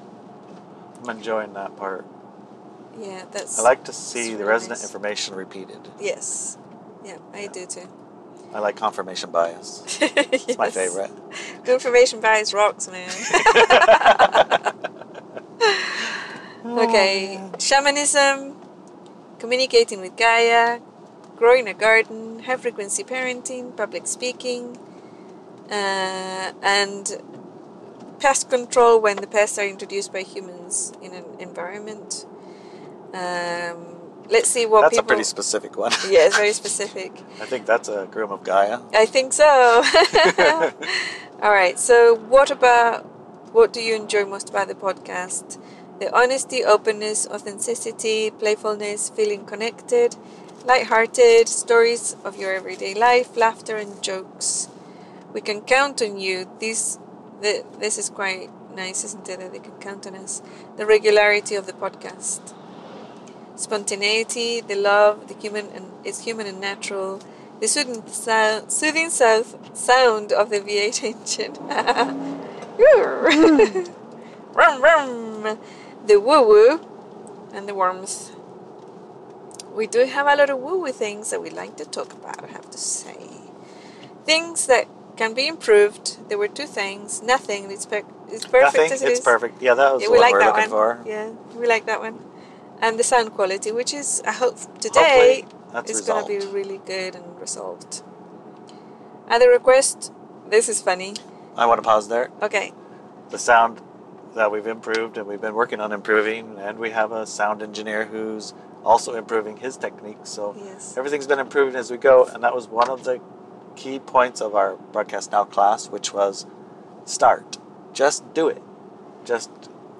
I'm enjoying that part.
Yeah, that's.
I like to see the
really
resonant
nice.
information repeated.
Yes. Yeah, I
Yeah.
do too.
I like confirmation bias. It's
it's
my favorite.
Information bias rocks, man. okay, shamanism, communicating with Gaia, growing a garden, high frequency parenting, public speaking, uh, and pest control when the pests are introduced by humans in an environment. Um, let's see what
That's a
people.
pretty specific one.
yeah, it's very specific.
I think that's a groom of Gaia.
I think so. All right. So, what about what do you enjoy most about the podcast? The honesty, openness, authenticity, playfulness, feeling connected, lighthearted, stories of your everyday life, laughter and jokes. We can count on you. This, the, this is quite nice, isn't it? That they can count on us. The regularity of the podcast, spontaneity, the love, the human and is human and natural. The soothing sound, soothing south sound of the V8 engine. Woo. rum, rum. The woo woo and the warmth. We do have a lot of woo woo things that we like to talk about, I have to say. Things that can be improved. There were two things. Nothing. It's, per- it's perfect
Nothing.
as
It's
it is.
perfect. Yeah, that was
Yeah,
the
we
one
like
we're
that
looking
one.
for.
Yeah, we like that one. And the sound quality, which is, I hope, today
Hopefully, that's
it's going to be
resolved.
really good and resolved. Other request? This is funny.
I want to pause there.
Okay.
The sound that we've improved and we've been working on improving, and we have a sound engineer who's also improving his technique. So
Yes.
everything's been improving as we go, and that was one of the key points of our broadcast now class, which was start, just do it, just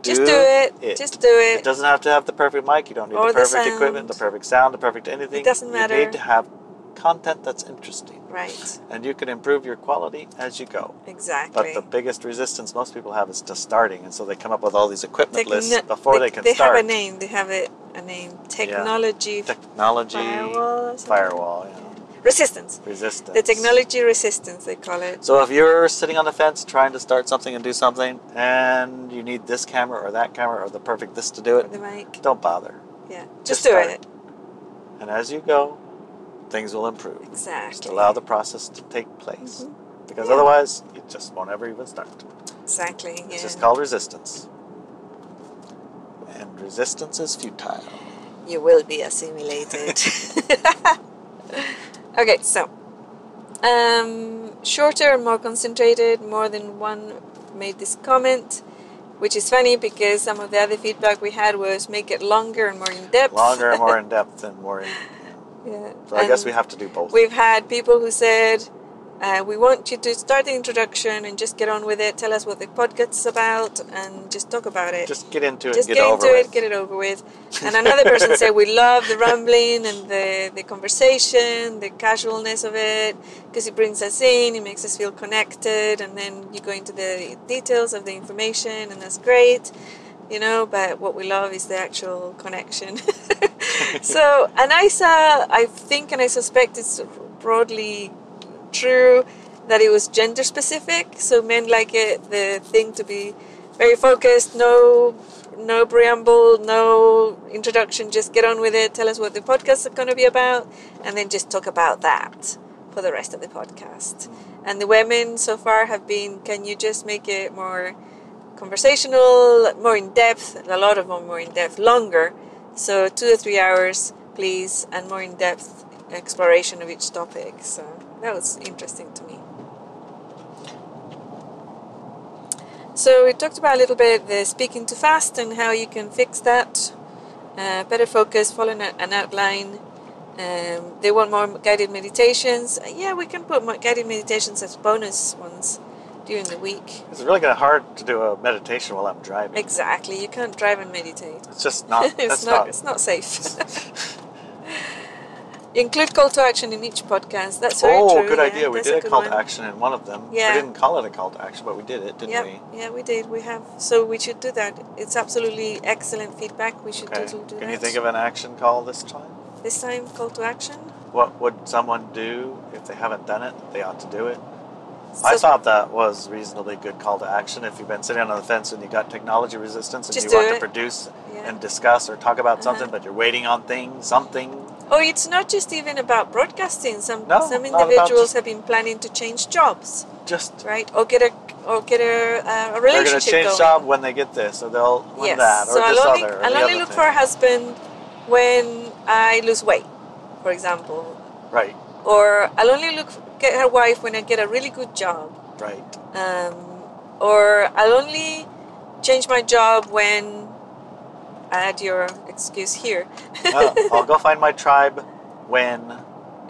just do it.
it.
Just do it.
It doesn't have to have the perfect mic. You don't need
Or
the
the
perfect
sound.
equipment, the perfect sound, the perfect anything.
doesn't
You
matter.
need to have content that's interesting,
right.
and you can improve your quality as you go.
Exactly.
But the biggest resistance most people have is to starting, and so they come up with all these equipment
Techno-
lists before they, can
they
start.
have a name. They have it a name. Technology
Technology,
firewall. or something.
firewall, you know,
Resistance.
resistance.
The technology resistance they call it.
So if you're sitting on the fence trying to start something and do something, and you need this camera or that camera or the perfect this to do it,
The mic.
don't bother.
Yeah. Just,
Just
do
start.
it.
And as you go, things will improve. Just
Exactly.
allow the process to take place.
Mm-hmm.
Because
Yeah.
otherwise, you just won't ever even start.
Exactly. Yeah.
It's just called resistance. And resistance is futile.
you will be assimilated. okay, so um, shorter and more concentrated. More than one made this comment, which is funny because some of the other feedback we had was make it longer and more in depth.
Longer and more in depth and more. In,
yeah.
so I guess
And
we have to do both.
We've had people who said, uh, "We want you to start the introduction and just get on with it. Tell us what the podcast is about and just talk about it."
just get into it.
just
and
get,
get, over
into
with.
it, get it over with. And another person said, We love the rambling and the, the conversation, the casualness of it, because it brings us in, it makes us feel connected. And then you go into the details of the information, and that's great, you know. But what we love is the actual connection. so, and I saw, I think, and I suspect it's broadly true that it was gender specific. So men like it the thing to be very focused, no no preamble, no introduction, just get on with it, tell us what the podcasts are gonna be about, and then just talk about that for the rest of the podcast. And the women so far have been can you just make it more conversational, more in depth, a lot of them more in depth, longer. So two or three hours, please, and more in depth exploration of each topic. So that was interesting to me. So we talked about a little bit the speaking too fast and how you can fix that. Uh, better focus, follow an an outline. Um, they want more guided meditations. Uh, Yeah, we can put more guided meditations as bonus ones during the week.
It's really kinda hard to do a meditation while I'm driving.
Exactly. You can't drive and meditate.
It's just not.
it's
Ah, that's
not, It's not safe. Include call to action in each podcast. That's very
oh,
true.
good
yeah,
idea. We
that's
did a,
good
call
one.
to action in one of them.
Yeah.
We didn't call it a call to action, but we did it, didn't
Yep.
we?
Yeah, we did. We have. So we should do that. It's absolutely excellent feedback. We should
Okay.
totally do
Can
that.
you think of an action call this time?
this time call to action?
What would someone do if they haven't done it? They ought to do it. I
So-
thought that was reasonably good call to action. If you've been sitting on the fence and you got technology resistance and
Just
you
do
want to
it.
produce
Yeah.
and discuss or talk about something,
Uh-huh.
but you're waiting on things, something.
Oh, it's not just even about broadcasting. Some
No,
some
not about
individuals
just-
have been planning to change jobs,
Just
right? Or get a or get a, uh, a
they're
relationship
going to change
going.
job when they get this, or they'll
yes.
win that, or
so
this
I'll only,
other. Or
I'll
the
only
other
look
thing.
for a husband when I lose weight, for example,
right,
or I'll only look get her wife when I get a really good job.
right.
um, or I'll only change my job when add your excuse here.
Oh, I'll go find my tribe when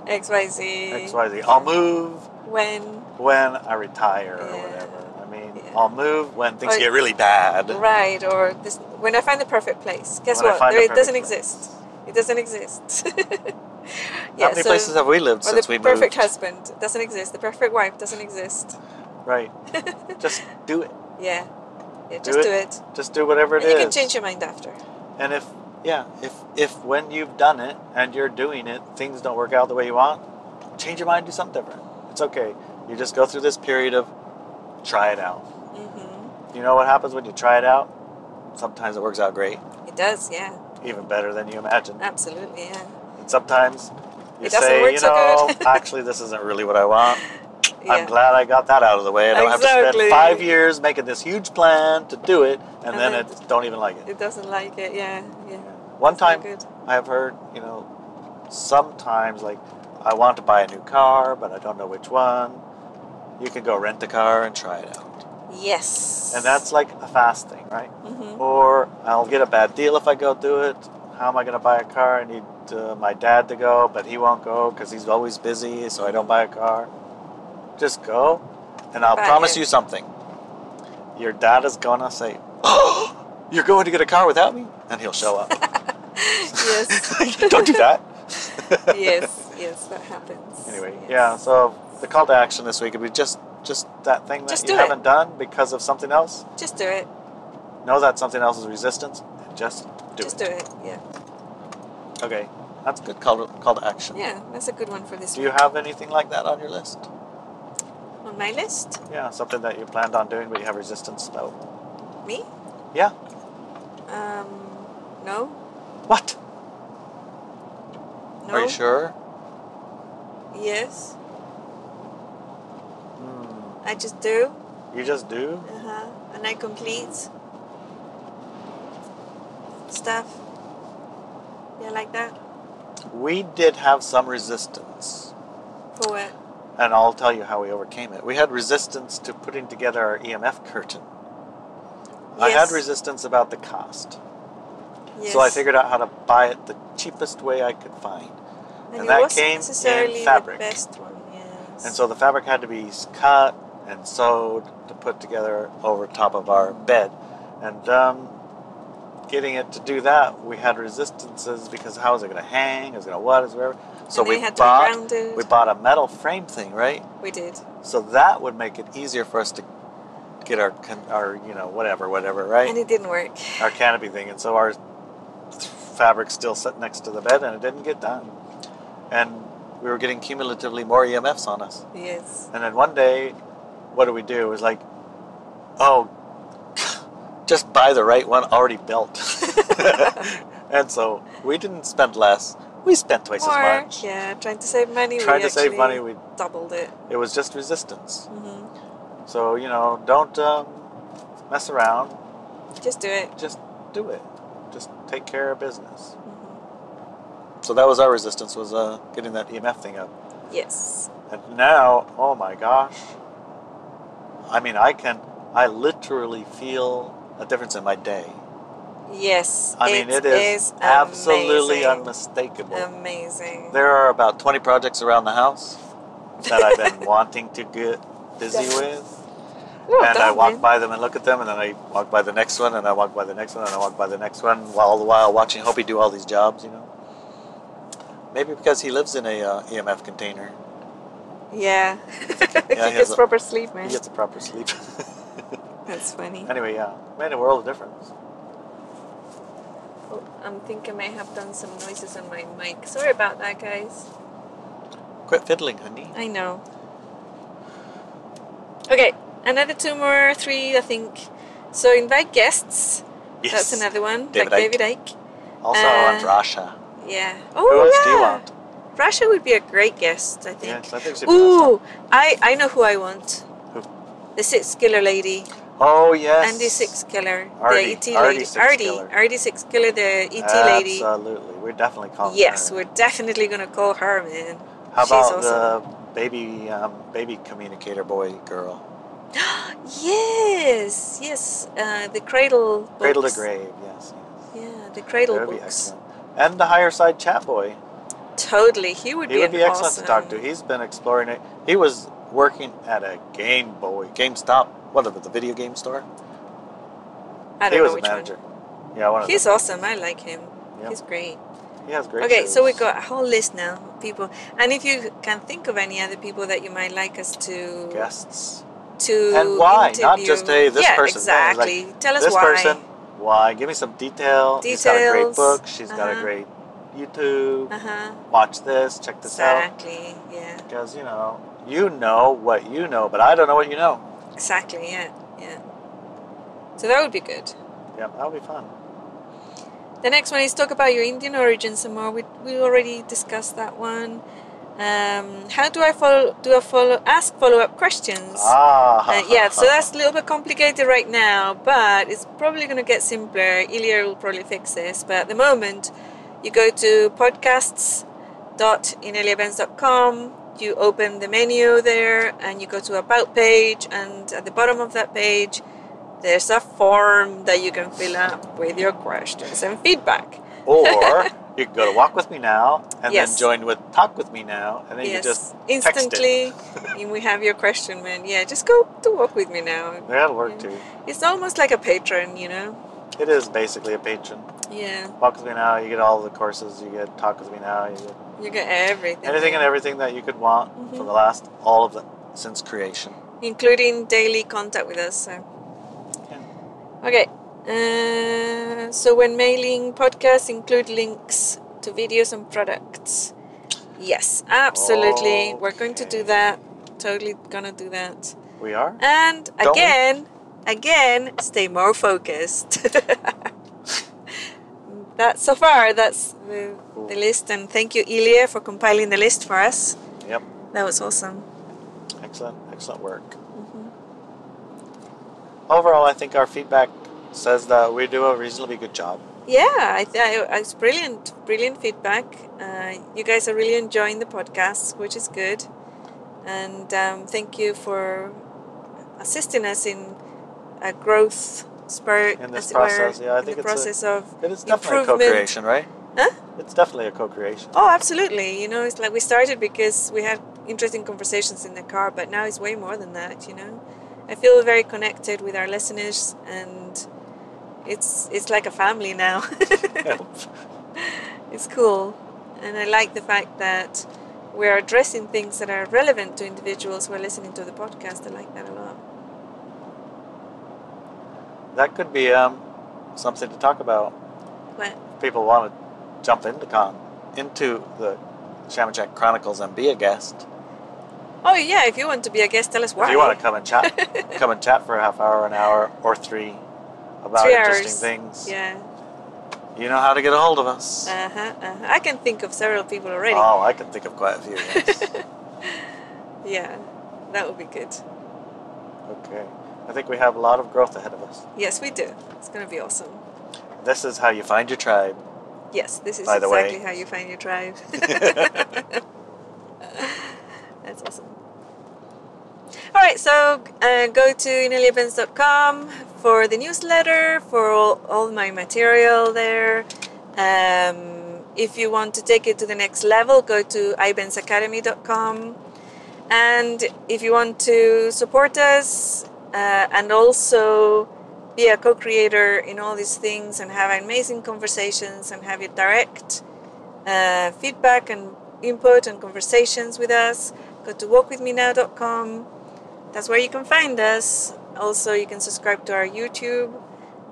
X Y Z.
X Y Z. I'll move
When
when I retire or
Yeah.
whatever. I mean,
Yeah.
I'll move when things
Or-
get really bad.
right or this when I find the perfect place. Guess
When I
what?
find
There,
the
it doesn't
perfect
exist. It doesn't exist.
How many places have we lived
or
since
the
we
perfect
moved?
husband doesn't exist. The perfect wife doesn't exist.
Right. Just do it.
Yeah, yeah.
Do
Just
it.
do it.
Just do whatever it
and
is.
you can change your mind after.
And if yeah, if if when you've done it and you're doing it, things don't work out the way you want, change your mind, do something different. It's okay. You just go through this period of try it out.
hmm
You know what happens when you try it out? Sometimes it works out great,
It does. Yeah.
even better than you imagined.
Absolutely. Yeah.
And sometimes you
Uh, It doesn't
say,
work
you
so
know,
good."
actually this isn't really what I want.
yeah.
I'm glad I got that out of the way. I don't have to
Exactly.
spend five years making this huge plan to do it, and,
And
then,
then-
it don't even like it.
It doesn't like it. Yeah. Yeah.
One
It's not
time,
good.
I've heard, you know, sometimes like I want to buy a new car, but I don't know which one. You can go rent the car and try it out,
Yes.
and that's like a fast thing, right?
hmm
Or I'll get a bad deal if I go do it. How am I going to buy a car? I need uh, my dad to go, but he won't go because he's always busy, so I don't buy a car. Just go, and I'll
Buy
promise
it.
you something. Your dad is gonna say, "Oh, You're going to get a car without me? And he'll show up.
yes.
Don't do that.
yes, yes, that happens.
Anyway,
Yes.
yeah. So the call to action this week would be just just that thing that
Just
you
do it.
haven't done because of something else.
Just do it.
Know that something else is resistance. And just do
Just
it.
do it. Yeah.
Okay, that's a good call to, call to action.
Yeah, that's a good one for this
Do you
week.
have anything like that on your list?
On my list,
Yeah, something that you planned on doing but you have resistance about.
me?
Yeah.
Um, no.
What?
No.
Are you sure?
Yes,
Hmm.
I just do.
You just do?
Uh huh. And I complete stuff. Yeah, like that.
We did have some resistance,
For what?
and I'll tell you how we overcame it. We had resistance to putting together our EMF curtain. I had
Yes.
resistance about the cost.
Yes.
So I figured out how to buy it the cheapest way I could find.
and,
and
it
that
wasn't
came in
necessarily
fabric.
the best one. Yes.
And so the fabric had to be s- cut and sewed to put together over top of our bed. And um, getting it to do that, we had resistances because how is it going to hang? Is it going to what? Is it whatever? So
And
we
they had to be
bought
rounded.
we bought a metal frame thing, right?
we did.
So that would make it easier for us to get our con- our you know whatever whatever right
And it didn't work.
our canopy thing, and so our fabric still sat next to the bed, and it didn't get done. And we were getting cumulatively more EMFs on us.
Yes.
And then one day, what do we do? It was like, oh, just buy the right one already built. and so we didn't spend less; we spent twice
Or,
as much.
yeah, trying to save money. we
Trying to save
actually
money, we
doubled it.
it was just resistance.
hmm
So you know, don't um, mess around.
Just do it.
Just do it. Just take care of business.
Mhm.
So that was our resistance was uh, getting that EMF thing up.
Yes.
And now, oh my gosh. I mean, I can I literally feel a difference in my day.
Yes.
I mean, it is, Um, absolutely unmistakable.
amazing.
there are about 20 projects around the house that I've been wanting to get busy
Yes.
with.
Well
and I
done,
walk
man.
by them and look at them, and then I walk by the next one, and I walk by the next one, and I walk by the next one, while all the while watching Hopi do all these jobs, you know. Maybe because he lives in a uh, EMF container.
Yeah.
he
yeah he
has
gets
a-
proper sleep, man.
He gets a proper sleep.
That's funny.
anyway, yeah, made a world of difference.
Oh, I'm thinking I may have done some noises on my mic. Sorry about that, guys.
Quit fiddling, honey.
I know. Okay, another two more, three, I think. So invite guests.
Yes.
That's another one.
David
like
Icke.
David Icke.
Also
Uh,
on Russia.
Yeah.
Who
Oh,
else
yeah.
do you want?
Russia would be a great guest, I think.
Yes, I think she'd be awesome.
Ooh, I, I know who I want.
Who?
The Six Killer Lady.
Oh yes.
Andy Six Killer.
Artie.
The ET
Artie
Lady.
Six
Artie.
Killer.
Artie Six Killer, the ET E Lady.
Absolutely, we're definitely calling.
Yes,
her.
we're definitely going to call her, man.
How
she's
about
awesome.
the baby, um, baby communicator boy girl,
Yes, yes. Uh, the Cradle books.
cradle to grave? Yes. yes.
Yeah, the Cradle
That would be
books.
excellent. And the higher side chat boy.
Totally. He would
He
be an
would be excellent
awesome.
to talk to. He's been exploring it. He was working at a Game Boy, GameStop, whatever the video game store.
I don't
he
know
was
which
a manager. Yeah, one
one.
of
He's
them.
awesome. I like him.
Yep.
He's great.
He has great.
okay, so
shows.
we've got a whole list now of people. And if you can think of any other people that you might like us to
guests.
to
And why?
interview.
Not just hey, this
yeah,
person. no, it's like,
Exactly. Tell us
this
why.
person. Why? Give me some detail. She's got a great
Details.
book. She's got a
Uh-huh.
great YouTube.
Uh-huh.
Watch this. Check this out.
Exactly. Yeah.
Because you know, you know what you know, but I don't know what you know.
Exactly. Yeah. Yeah. So that would be good.
Yeah, that'll be fun.
The next one is talk about your Indian origin some more. We, we already discussed that one. Um, how do I follow? Do I follow? Ask follow up questions.
Ah.
Uh, yeah, so that's a little bit complicated right now, but it's probably going to get simpler. Ilya will probably fix this, but at the moment, you go to podcasts.ineliabenz.com, you open the menu there, and you go to About page, and at the bottom of that page, there's a form that you can fill up with your questions and feedback.
or you can go to Walk with Me now, and
Yes.
then join with Talk with Me now, and then you just text it.
instantly, and we have your question, man. Yeah, just go to walk with me now.
that'll work too.
It's almost like a patron, you know.
It is basically a patron.
Yeah,
Walk with me now. You get all the courses. You get talk with me now. You get
you get everything.
anything and everything that you could want for the last all of the since creation.
including daily contact with us. So. Okay. Uh, so when mailing podcasts include links to videos and products. Yes, absolutely. We're going to do
Okay.
that. Totally gonna do that.
We are.
And
Don't we?
again, again, stay more focused. that so far, that's the, the list. And thank you, Ilya, for compiling the list for us.
Yep.
That was awesome.
Excellent. Excellent work. Overall, I think our feedback says that we do a reasonably good job.
Yeah, I th- I, it's brilliant, brilliant feedback. Uh, you guys are really enjoying the podcast, which is good. And um, thank you for assisting us in a growth spurt.
In this
as it were,
process, yeah, I
in
think
the
it's a-
process of
It is definitely a
Improvement.
co-creation, right?
Huh?
It's definitely a co-creation.
Oh, absolutely. You know, it's like we started because we had interesting conversations in the car, but now it's way more than that, you know. I feel very connected with our listeners and it's it's like a family now. it's cool. And I like the fact that we're addressing things that are relevant to individuals who are listening to the podcast. I like that a lot.
That could be um, something to talk about.
But
If people want to jump into con into the Shamachek Chronicles and be a guest.
oh yeah, if you want to be a guest, tell us why.
If you want to come and chat, come and chat for a half hour, an hour, or three about
Three
interesting
hours.
things.
Yeah.
You know how to get a hold of us.
Uh-huh, uh-huh. I can think of several people already.
Oh, I can think of quite a few. yes.
Yeah. That would be good.
okay. I think we have a lot of growth ahead of us.
Yes, we do. It's going to be awesome.
This is how you find your tribe.
Yes, this is
By the way.
exactly how you find your tribe. That's awesome. All right, so uh, go to ineliabens.com for the newsletter, for all, all my material there. Um, if you want to take it to the next level, go to ibensacademy.com. And if you want to support us uh, and also be a co creator in all these things and have amazing conversations and have your direct uh, feedback and input and conversations with us, go to walkwithmenow.com. That's where you can find us. Also, you can subscribe to our YouTube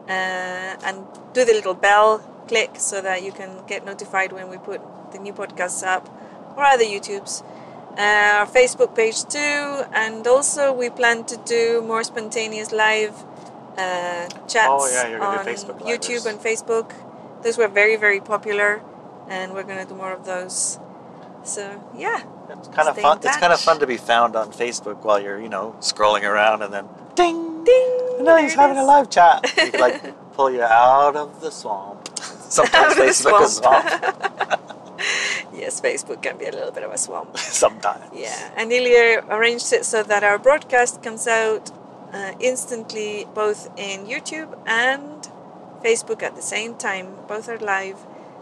uh, and do the little bell click so that you can get notified when we put the new podcasts up or other YouTubes. Uh, our Facebook page too, and also we plan to do more spontaneous live uh, chats
Oh, yeah, you're gonna
on
do Facebook Livers.
YouTube and Facebook. Those were very, very popular, and we're going to do more of those. So yeah,
It's kind of
Stay in
fun. It's kind of
touch.
fun to be found on Facebook while you're, you know, scrolling around and then ding,
ding.
No,
there
he's
it
having a
is.
live chat. He can, like pull you out of the swamp. Sometimes
Out of the
Facebook is
swamp.
swamp.
Yes, Facebook can be a little bit of a swamp.
Sometimes.
Yeah, and Ilya arranged it so that our broadcast comes out uh, instantly both in YouTube and Facebook at the same time. Both are live.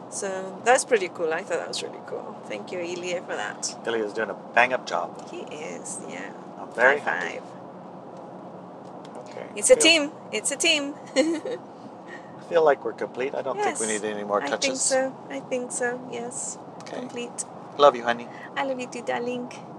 So that's pretty cool. I thought that was really cool. Thank you, Ilya, for that.
Billy is doing a bang up job.
He is, yeah.
I'm very
High
happy.
five.
Okay.
It's a
Feel-
team. It's a team.
I feel like we're complete. I don't think we
Yes,
need any more
I
touches.
think so. I think so. Yes.
Okay.
Complete.
Love you, honey.
I love you too, darling.